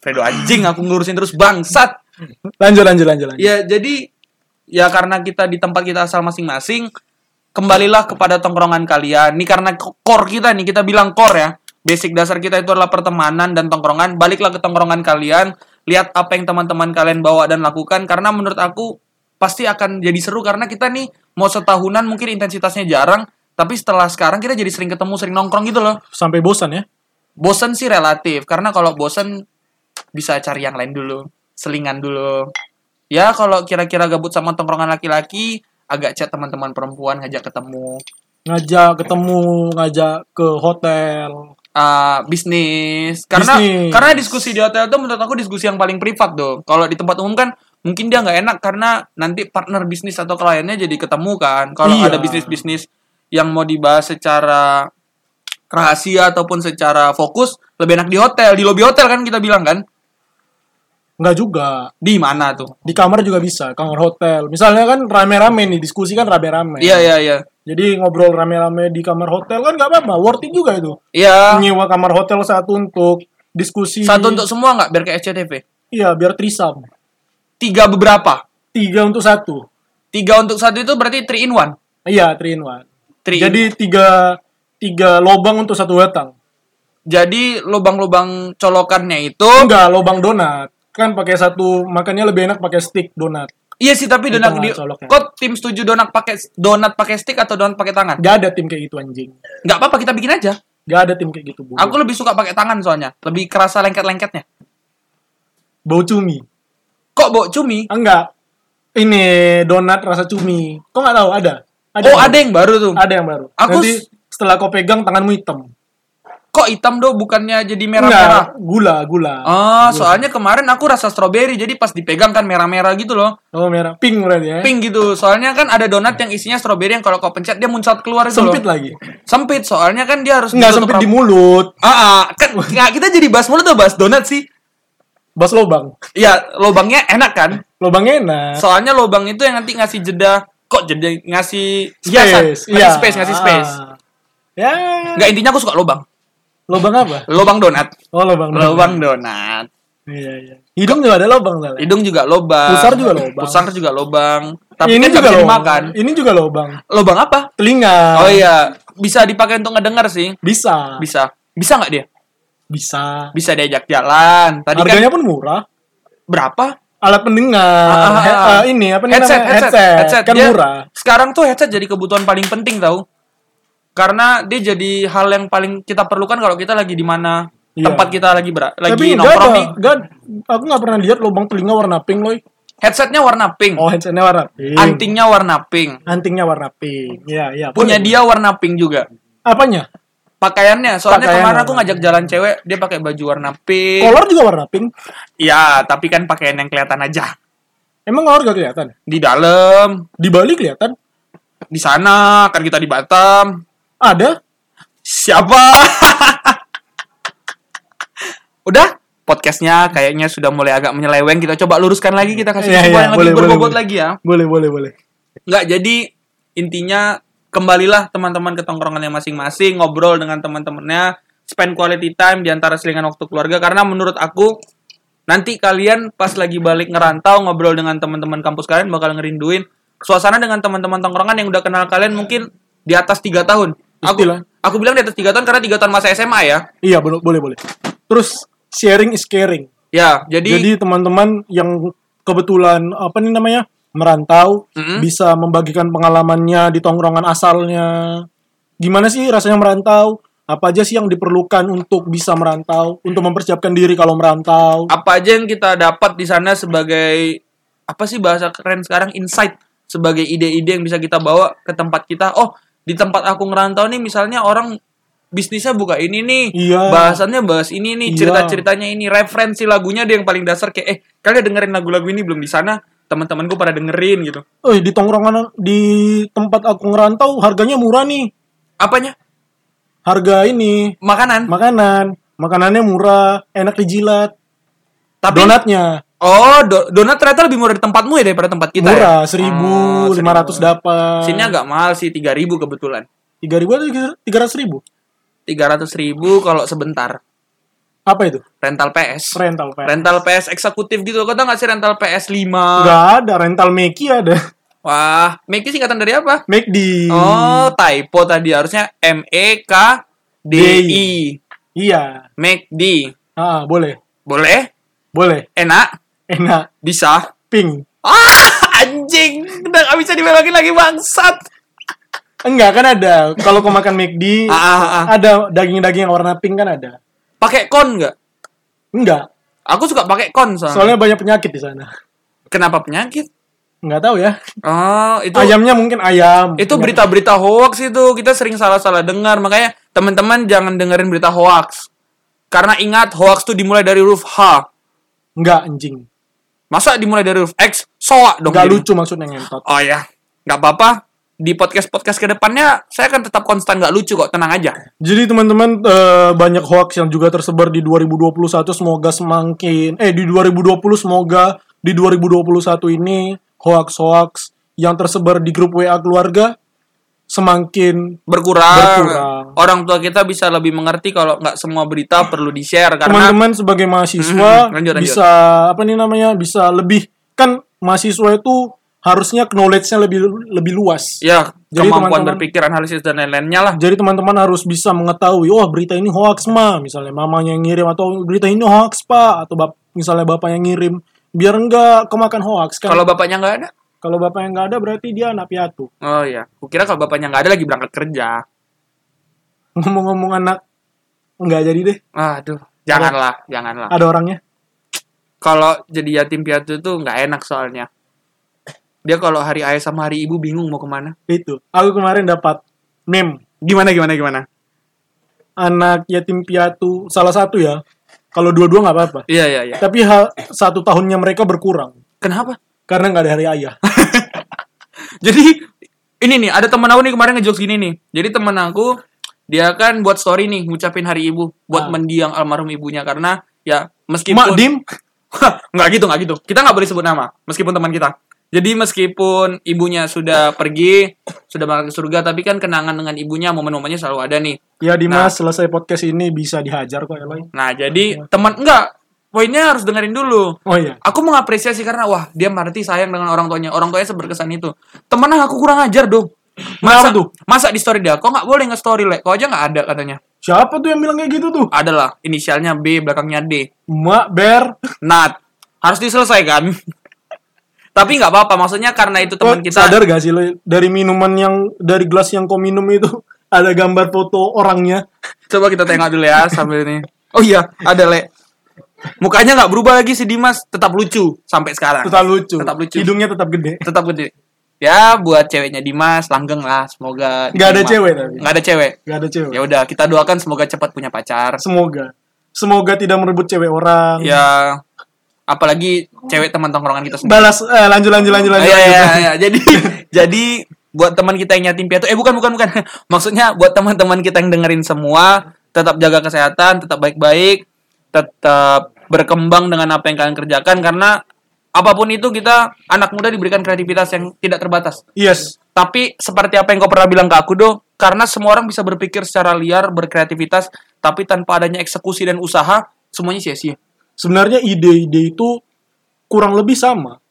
Fredo anjing aku ngurusin terus bangsat.
Lanjut, lanjut, lanjut, lanjut.
Ya, jadi ya karena kita di tempat kita asal masing-masing, kembalilah kepada tongkrongan kalian. Ini karena core kita nih, kita bilang core ya. Basic dasar kita itu adalah pertemanan dan tongkrongan. Baliklah ke tongkrongan kalian, lihat apa yang teman-teman kalian bawa dan lakukan karena menurut aku pasti akan jadi seru karena kita nih mau setahunan mungkin intensitasnya jarang, tapi setelah sekarang kita jadi sering ketemu, sering nongkrong gitu loh.
Sampai bosan ya.
Bosen sih relatif karena kalau bosen bisa cari yang lain dulu selingan dulu ya kalau kira-kira gabut sama tongkrongan laki-laki agak chat teman-teman perempuan ngajak ketemu
Ngajak ketemu, ngajak ke hotel.
Ah, bisnis karena
Bisnis.
karena diskusi di hotel tuh menurut aku diskusi yang paling privat tuh kalau di tempat umum kan mungkin dia nggak enak karena nanti partner bisnis atau kliennya jadi ketemu kan kalau
Iya.
ada bisnis bisnis yang mau dibahas secara rahasia ataupun secara fokus lebih enak di hotel di lobi hotel kan kita bilang kan
Nggak juga.
di mana tuh
Di kamar juga bisa, kamar hotel. Misalnya kan rame-rame nih, diskusi kan rame-rame.
iya iya iya
Jadi ngobrol rame-rame di kamar hotel kan nggak apa-apa, worth it juga itu.
Iya.
Nyewa kamar hotel satu untuk diskusi.
Satu untuk semua nggak biar kayak SCTV?
Iya, biar trisam.
Tiga beberapa?
Tiga untuk satu.
Tiga untuk satu itu berarti 3 in one.
Iya, three in one.
Three in-
Jadi tiga tiga lobang untuk satu batang.
Jadi lubang-lubang colokannya itu.
Enggak, lobang donat. Kan pakai satu, makannya lebih enak pakai stick donat.
Iya sih tapi
Itu
donat
nggak
di
colok ya.
kok tim setuju donat pakai donat pakai stick atau donat pakai tangan?
Gak ada tim kayak gitu anjing.
Nggak apa-apa kita bikin aja.
Gak ada tim kayak gitu, Bu.
Aku lebih suka pakai tangan soalnya, lebih kerasa lengket-lengketnya.
Bau cumi.
Kok bok cumi?
Enggak. Ini donat rasa cumi. Kok nggak tahu ada?
oh,
yang
ada
baru.
yang baru tuh.
Ada yang baru.
Aku
Nanti
s-
setelah kau pegang tanganmu hitam.
Kok hitam do bukannya jadi
Enggak,
merah-merah?
gula, gula.
Oh, soalnya kemarin aku rasa strawberry, jadi pas dipegang kan merah-merah gitu loh.
Oh, merah. Pink berarti ya.
pink gitu soalnya kan ada donat yang isinya stroberi yang kalau kau pencet dia muncat keluar itu
Sempit
gitu loh.
lagi.
sempit soalnya kan dia harus
Enggak
ditutup
sempit
rambut.
di mulut.
ah, ah, kan nggak, kita jadi bahas mulu tuh bahas donat sih
Bas lobang.
ya lobangnya enak kan
Lobangnya enak.
soalnya lobang itu yang nanti ngasih jeda kok jeda ngasih space kan? ngasih
iya.
space ngasih space
Ah. Ya.
nggak intinya aku suka lobang
Lobang apa?
lobang donat
Oh, lobang.
lobang donat
Iya, iya. Hidung juga ada lobang soalnya.
hidung juga lobang
Pusar juga lobang.
pusar juga lobang tapi
ini
kan nggak
juga
bisa
lobang. Ah.
dimakan
Ini juga lobang.
lobang apa
Telinga.
oh iya bisa dipakai untuk ngedengar sih
Bisa.
bisa bisa nggak dia
Bisa.
bisa diajak jalan. Tadi
Harganya
kan
pun murah.
berapa?
Alat pendengar.
Ah, ah,
He-
ah.
eh, ini apa namanya? Kan
Dia-
murah.
Sekarang tuh headset jadi kebutuhan paling penting tahu. Karena dia jadi hal yang paling kita perlukan kalau kita lagi di mana
Iya.
tempat kita lagi ber lagi
Tapi enggak
nongkrong
ada.
nih.
Enggak, aku nggak pernah lihat lobang telinga warna pink, loh.
Headsetnya warna pink,
Oh, headsetnya warna pink.
antingnya warna pink,
Antingnya warna pink. Iya, iya.
punya
Boleh.
dia warna pink juga.
Apanya?
pakaiannya soalnya
Pakaian
kemarin
warna
aku ngajak jalan cewek dia pakai baju warna pink
Kolor juga warna pink.
ya tapi kan pakaian yang kelihatan aja
Emang kolor gak kelihatan?
di dalam
Di Bali kelihatan.
di sana kan kita di Batam
Ada.
siapa udah podcastnya kayaknya sudah mulai agak menyeleweng kita coba luruskan lagi kita kasih
Iya,
info
iya,
yang
boleh,
lebih
boleh,
berbobot
boleh.
lagi ya
Boleh, boleh, boleh.
Nggak, jadi intinya kembalilah teman-teman ke tongkrongannya masing-masing, ngobrol dengan teman-temannya, spend quality time di antara selingan waktu keluarga karena menurut aku nanti kalian pas lagi balik ngerantau ngobrol dengan teman-teman kampus kalian bakal ngerinduin suasana dengan teman-teman tongkrongan yang udah kenal kalian mungkin di atas tiga tahun. Aku
Istilah.
aku bilang di atas tiga tahun karena tiga tahun masa SMA ya.
Iya, boleh, boleh, boleh. Terus sharing is caring.
Ya, jadi,
Jadi teman-teman yang kebetulan apa nih namanya merantau
Mm-mm.
bisa membagikan pengalamannya di tongkrongan asalnya. Gimana sih rasanya merantau? Apa aja sih yang diperlukan untuk bisa merantau, untuk mempersiapkan diri kalau merantau?
apa aja yang kita dapat di sana sebagai apa sih bahasa keren sekarang insight sebagai ide-ide yang bisa kita bawa ke tempat kita oh di tempat aku ngerantau nih misalnya orang bisnisnya buka ini nih
Iya.
bahasannya bahas ini
Iya.
nih cerita-ceritanya ini referensi lagunya dia yang paling dasar kayak eh kalian dengerin lagu-lagu ini belum di sana teman-temanku pada dengerin gitu
Eh, di tongkrongan di tempat aku ngerantau harganya murah nih.
apanya
Harga ini
makanan
makanan, makanannya murah, enak dijilat.
tapi
Donatnya
oh do- donat ternyata lebih murah di tempatmu ya daripada tempat kita
murah,
ya? Oh,
seribu lima ratus dapat.
sini agak mahal sih 3000 kebetulan
tiga ribu atau tiga ratus ribu?
300.000 ribu kalau sebentar
Apa itu?
rental PS.
Rental pak.
Rental PS eksekutif gitu. Kau tau gak sih rental PS 5?
Nggak ada rental Meki ada.
Wah, Meki singkatan dari apa?
McD.
Oh, typo tadi harusnya M E K D I.
Iya.
McD.
Ah, boleh.
Boleh?
Boleh.
Enak?
Enak.
Bisa?
Pink.
Ah, anjing. Udah gak bisa dibelokin lagi bangsat.
Enggak kan ada. Kalau kau makan McD,
Ah, ah, ah.
ada daging-daging yang warna pink kan ada.
Pakai kon nggak?
Enggak.
Aku suka pakai kon soalnya.
Soalnya banyak penyakit di sana.
Kenapa penyakit?
Nggak tahu ya.
Oh, itu
Ayamnya mungkin ayam.
itu
Nggak-
berita-berita hoax itu kita sering salah-salah dengar makanya teman-teman jangan dengerin berita hoax karena ingat hoax tuh dimulai dari huruf H
Nggak anjing.
masa dimulai dari huruf X soak dong
Nggak
jadi.
lucu maksudnya ngentot.
oh ya nggak apa-apa di podcast podcast kedepannya saya akan tetap konstan nggak lucu kok tenang aja
Jadi teman-teman eh, banyak hoax yang juga tersebar di 2021 semoga semakin eh di 2020 semoga di 2021 ini hoax-hoax yang tersebar di grup WA keluarga semakin
berkurang,
Berkurang.
orang tua kita bisa lebih mengerti kalau nggak semua berita perlu di share karena
teman-teman sebagai mahasiswa
Mhm, lanjut, lanjut.
bisa apa nih namanya bisa lebih kan mahasiswa itu harusnya knowledge-nya lebih lebih luas.
ya
Jadi
kemampuan
teman-teman-
berpikir analisis dan lain-lainnya lah
Jadi teman-teman harus bisa mengetahui, wah berita ini hoax ma, misalnya mamanya yang ngirim atau berita ini hoax pak atau bap- misalnya bapak yang ngirim, biar enggak kemakan hoax kan.
kalau bapaknya nggak ada
Kalau bapak yang enggak ada berarti dia anak piatu.
oh ya kukira kalau bapaknya nggak ada lagi berangkat kerja
Ngomong-ngomong anak enggak jadi deh,
Aduh, janganlah, janganlah.
ada orangnya.
Kalau jadi yatim piatu itu nggak enak soalnya. Dia kalau hari ayah sama hari ibu bingung mau kemana.
Itu. Aku kemarin dapat meme
Gimana, gimana, gimana?
anak yatim piatu salah satu ya. Kalau dua-dua nggak apa-apa.
Iya, iya, iya.
Tapi ha- satu tahunnya mereka berkurang
Kenapa?
karena nggak ada hari ayah.
Jadi, ini nih, ada teman aku nih kemarin ngejokes gini nih. Jadi teman aku, dia kan buat story nih, ngucapin hari ibu. Buat
Ah.
mendiang almarhum ibunya. Karena, ya,
Mak
meskipun...
Dim,
nggak gitu nggak gitu kita nggak boleh sebut nama meskipun teman kita jadi meskipun ibunya sudah pergi sudah berangkat ke surga tapi kan kenangan dengan ibunya momen-momennya selalu ada nih
ya Dimas selesai podcast ini bisa dihajar kok Eloy.
nah jadi teman enggak poinnya harus dengerin dulu
Oh iya.
aku mengapresiasi karena wah dia berarti sayang dengan orang tuanya orang tuanya seberkesan itu temen aku kurang ajar dong masa
Kenapa tuh?
masa di story dia kok nggak boleh nge story lek kok aja nggak ada katanya
Siapa tuh yang bilang kayak gitu tuh?
adalah inisialnya B belakangnya D
Mak Ber.
Nat harus diselesaikan. Tapi nggak apa-apa, maksudnya karena itu teman
Kok
kita.
sadar gak sih lo dari minuman yang dari gelas yang kau minum itu ada gambar foto orangnya.
Coba kita tengok dulu ya sambil ini. Oh iya, ada le. Mukanya nggak berubah lagi si Dimas, tetap lucu sampai sekarang.
Tetap lucu.
Tetap lucu.
Hidungnya tetap gede.
Tetap gede. ya buat ceweknya Dimas langgeng lah semoga
Nggak ada
diterima.
cewek tapi.
nggak ada cewek
Gak ada cewek.
ya udah kita doakan semoga cepat punya pacar
Semoga. Semoga tidak merebut cewek orang.
ya apalagi cewek teman tongkrongan kita sendiri
Balas eh, lanjut lanjut lanjut
Ah,
lanjut.
iya,
lanjut.
iya, iya. jadi jadi buat teman kita yang nyatim piatu eh bukan bukan bukan maksudnya buat teman-teman kita yang dengerin semua tetap jaga kesehatan tetap baik-baik tetap berkembang dengan apa yang kalian kerjakan karena apapun itu kita anak muda diberikan kreativitas yang tidak terbatas
Yes.
tapi seperti apa yang kau pernah bilang ke aku do, karena semua orang bisa berpikir secara liar, berkreativitas, tapi tanpa adanya eksekusi dan usaha, semuanya sia-sia.
Sebenarnya ide-ide itu kurang lebih sama.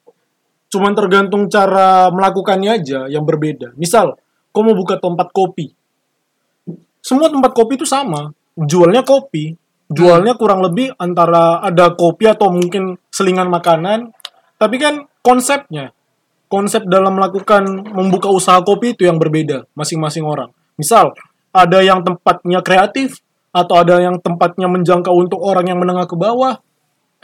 Cuman tergantung cara melakukannya aja yang berbeda. Misal, kau mau buka tempat kopi. Semua tempat kopi itu sama. Jualnya kopi. Jualnya kurang lebih antara ada kopi atau mungkin selingan makanan. Tapi kan konsepnya, konsep dalam melakukan membuka usaha kopi itu yang berbeda masing-masing orang. Misal, ada yang tempatnya kreatif, atau ada yang tempatnya menjangkau untuk orang yang menengah ke bawah.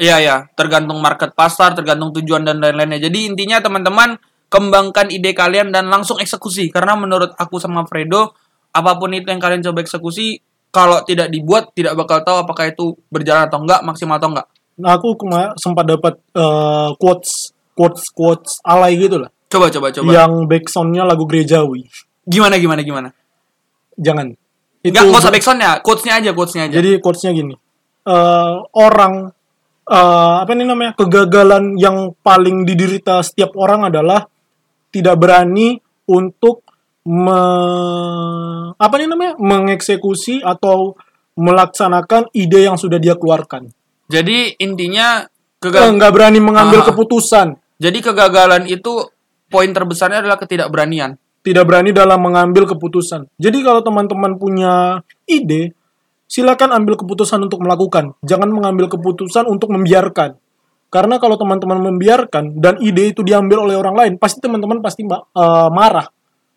Iya ya, tergantung market pasar, tergantung tujuan dan lain-lainnya. Jadi intinya teman-teman kembangkan ide kalian dan langsung eksekusi karena menurut aku sama Fredo apapun itu yang kalian coba eksekusi kalau tidak dibuat tidak bakal tahu apakah itu berjalan atau enggak, maksimal atau enggak.
Nah, aku kema- sempat dapat eh, quotes quotes quotes alay gitu lah
Coba coba coba.
yang backsoundnya lagu gerejawi
Gimana gimana gimana?
jangan
Enggak enggak usah backsoundnya, quotes-nya aja, quotes-nya aja.
jadi quotesnya gini Eh, orang eh, apa ini namanya kegagalan yang paling diderita setiap orang adalah tidak berani untuk me- apa ini namanya mengeksekusi atau melaksanakan ide yang sudah dia keluarkan
Jadi intinya
Eh,
kegagalan
nggak berani mengambil
Ah.
keputusan
Jadi kegagalan itu poin terbesarnya adalah ketidakberanian.
tidak berani dalam mengambil keputusan. Jadi kalau teman-teman punya ide, silakan ambil keputusan untuk melakukan. Jangan mengambil keputusan untuk membiarkan. Karena kalau teman-teman membiarkan dan ide itu diambil oleh orang lain, pasti teman-teman pasti ma- eh, marah.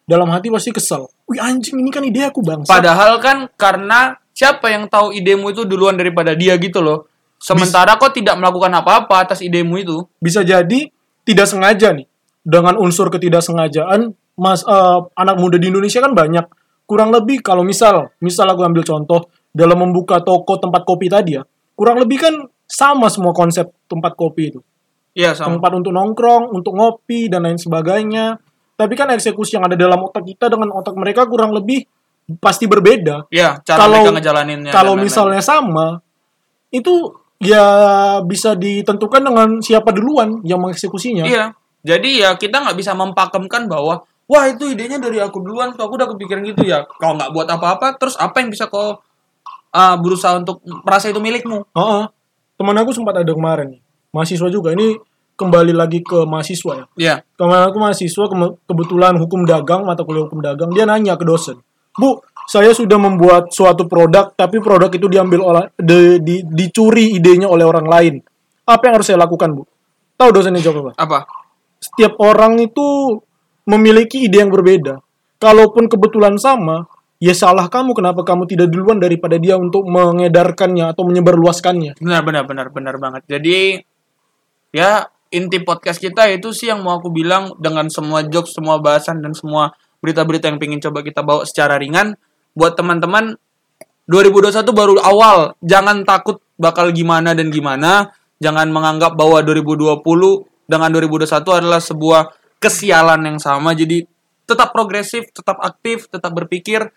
Dalam hati pasti kesel. Wih anjing ini kan ide aku bang.
Padahal kan karena siapa yang tahu idemu itu duluan daripada dia gitu loh. Sementara kok tidak melakukan apa-apa atas idemu itu.
Bisa jadi tidak sengaja nih. Dengan unsur ketidaksengajaan, mas eh, anak muda di Indonesia kan banyak. Kurang lebih kalau misal, misal aku ambil contoh dalam membuka toko tempat kopi tadi ya, kurang lebih kan sama semua konsep tempat kopi itu.
Iya sama.
Tempat untuk nongkrong, untuk ngopi dan lain sebagainya. Tapi kan eksekusi yang ada dalam otak kita dengan otak mereka kurang lebih pasti berbeda
Iya, cara
Kalau-
mereka ngejalaninnya.
kalau
dan lain-lain.
misalnya sama itu ya bisa ditentukan dengan siapa duluan yang mengeksekusinya
Iya. Jadi ya kita nggak bisa mempakemkan bahwa wah itu idenya dari aku duluan, kok aku udah kepikiran gitu ya. Kalau nggak buat apa-apa, terus apa yang bisa kau ah, berusaha untuk merasa itu milikmu?
Heeh. teman aku sempat ada kemarin nih, mahasiswa juga ini kembali lagi ke mahasiswa ya
Iya.
kemarin aku mahasiswa keme- kebetulan hukum dagang mata kuliah hukum dagang dia nanya ke dosen bu saya sudah membuat suatu produk tapi produk itu diambil oleh di- di- dicuri idenya oleh orang lain apa yang harus saya lakukan bu tahu dosennya jawab apa
Apa?
setiap orang itu memiliki ide yang berbeda. Kalaupun kebetulan sama, ya salah kamu kenapa kamu tidak duluan daripada dia untuk mengedarkannya atau menyebarluaskannya.
Benar, benar, benar, benar banget. Jadi, ya inti podcast kita itu sih yang mau aku bilang dengan semua jokes, semua bahasan, dan semua berita-berita yang pengen coba kita bawa secara ringan. Buat teman-teman, 2021 baru awal. Jangan takut bakal gimana dan gimana. Jangan menganggap bahwa 2020 dengan 2021 adalah sebuah kesialan yang sama. Jadi, tetap progresif, tetap aktif, tetap berpikir,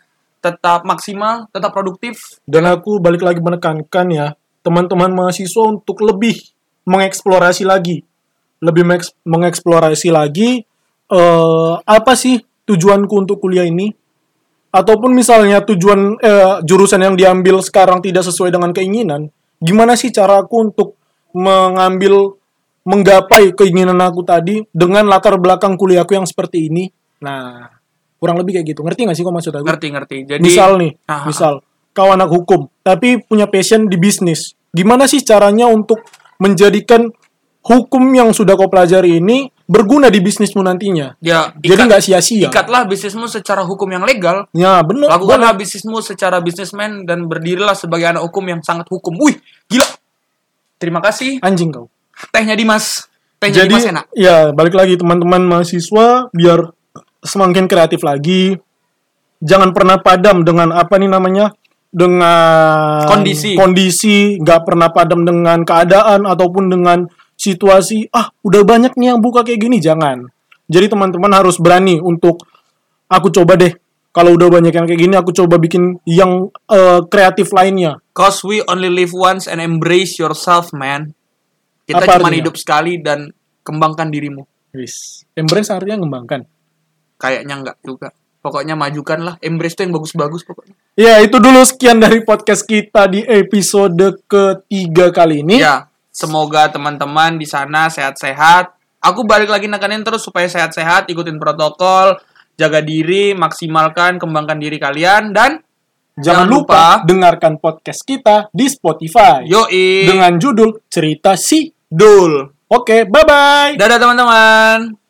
tetap maksimal, tetap produktif,
Dan aku balik lagi menekankan ya, teman-teman mahasiswa untuk lebih mengeksplorasi lagi. Lebih mengeks- mengeksplorasi lagi eh, apa sih tujuanku untuk kuliah ini? Ataupun misalnya tujuan eh, jurusan yang diambil sekarang tidak sesuai dengan keinginan, gimana sih caraku untuk mengambil menggapai keinginan aku tadi dengan latar belakang kuliahku yang seperti ini? Nah, kurang lebih kayak gitu. Ngerti nggak sih kok maksud aku?
ngerti-ngerti. Jadi,
misal nih,
Ah, ah,
misal kau anak hukum tapi punya passion di bisnis. Gimana sih caranya untuk menjadikan hukum yang sudah kau pelajari ini berguna di bisnismu nantinya?
ya,
Jadi
ikat-
nggak sia-sia.
Ikatlah bisnismu secara hukum yang legal.
Ya, benar.
Lakukanlah bisnismu secara bisnismen dan berdirilah sebagai anak hukum yang sangat hukum. Wih, gila. Terima kasih.
Anjing kau.
Tehnya Dimas.
tehnya
Jadi
Dimas enak.
ya balik lagi teman-teman mahasiswa biar semakin kreatif lagi. Jangan pernah padam dengan apa nih namanya? dengan
Kondisi.
kondisi nggak pernah padam dengan keadaan ataupun dengan situasi ah udah banyak nih yang buka kayak gini jangan jadi teman-teman harus berani untuk aku coba deh kalau udah banyak yang kayak gini aku coba bikin yang eh, kreatif lainnya
Cause we only live once and embrace yourself, man. Kita
Apa
cuma
artinya?
hidup sekali dan kembangkan dirimu.
Wis. embrace artinya ngembangkan
Kayaknya enggak juga. Pokoknya majukanlah. Embrace tuh yang bagus-bagus pokoknya.
Ya, itu dulu sekian dari podcast kita di episode ketiga kali ini.
Ya, semoga teman-teman di sana sehat-sehat. Aku balik lagi nekanin terus supaya sehat-sehat, ikutin protokol, jaga diri, maksimalkan, kembangkan diri kalian dan
jangan,
jangan
lupa,
lupa-
dengarkan podcast kita di Spotify
yoi.
dengan judul Cerita Si.
dul.
Oke, bye-bye.
Dadah teman-teman.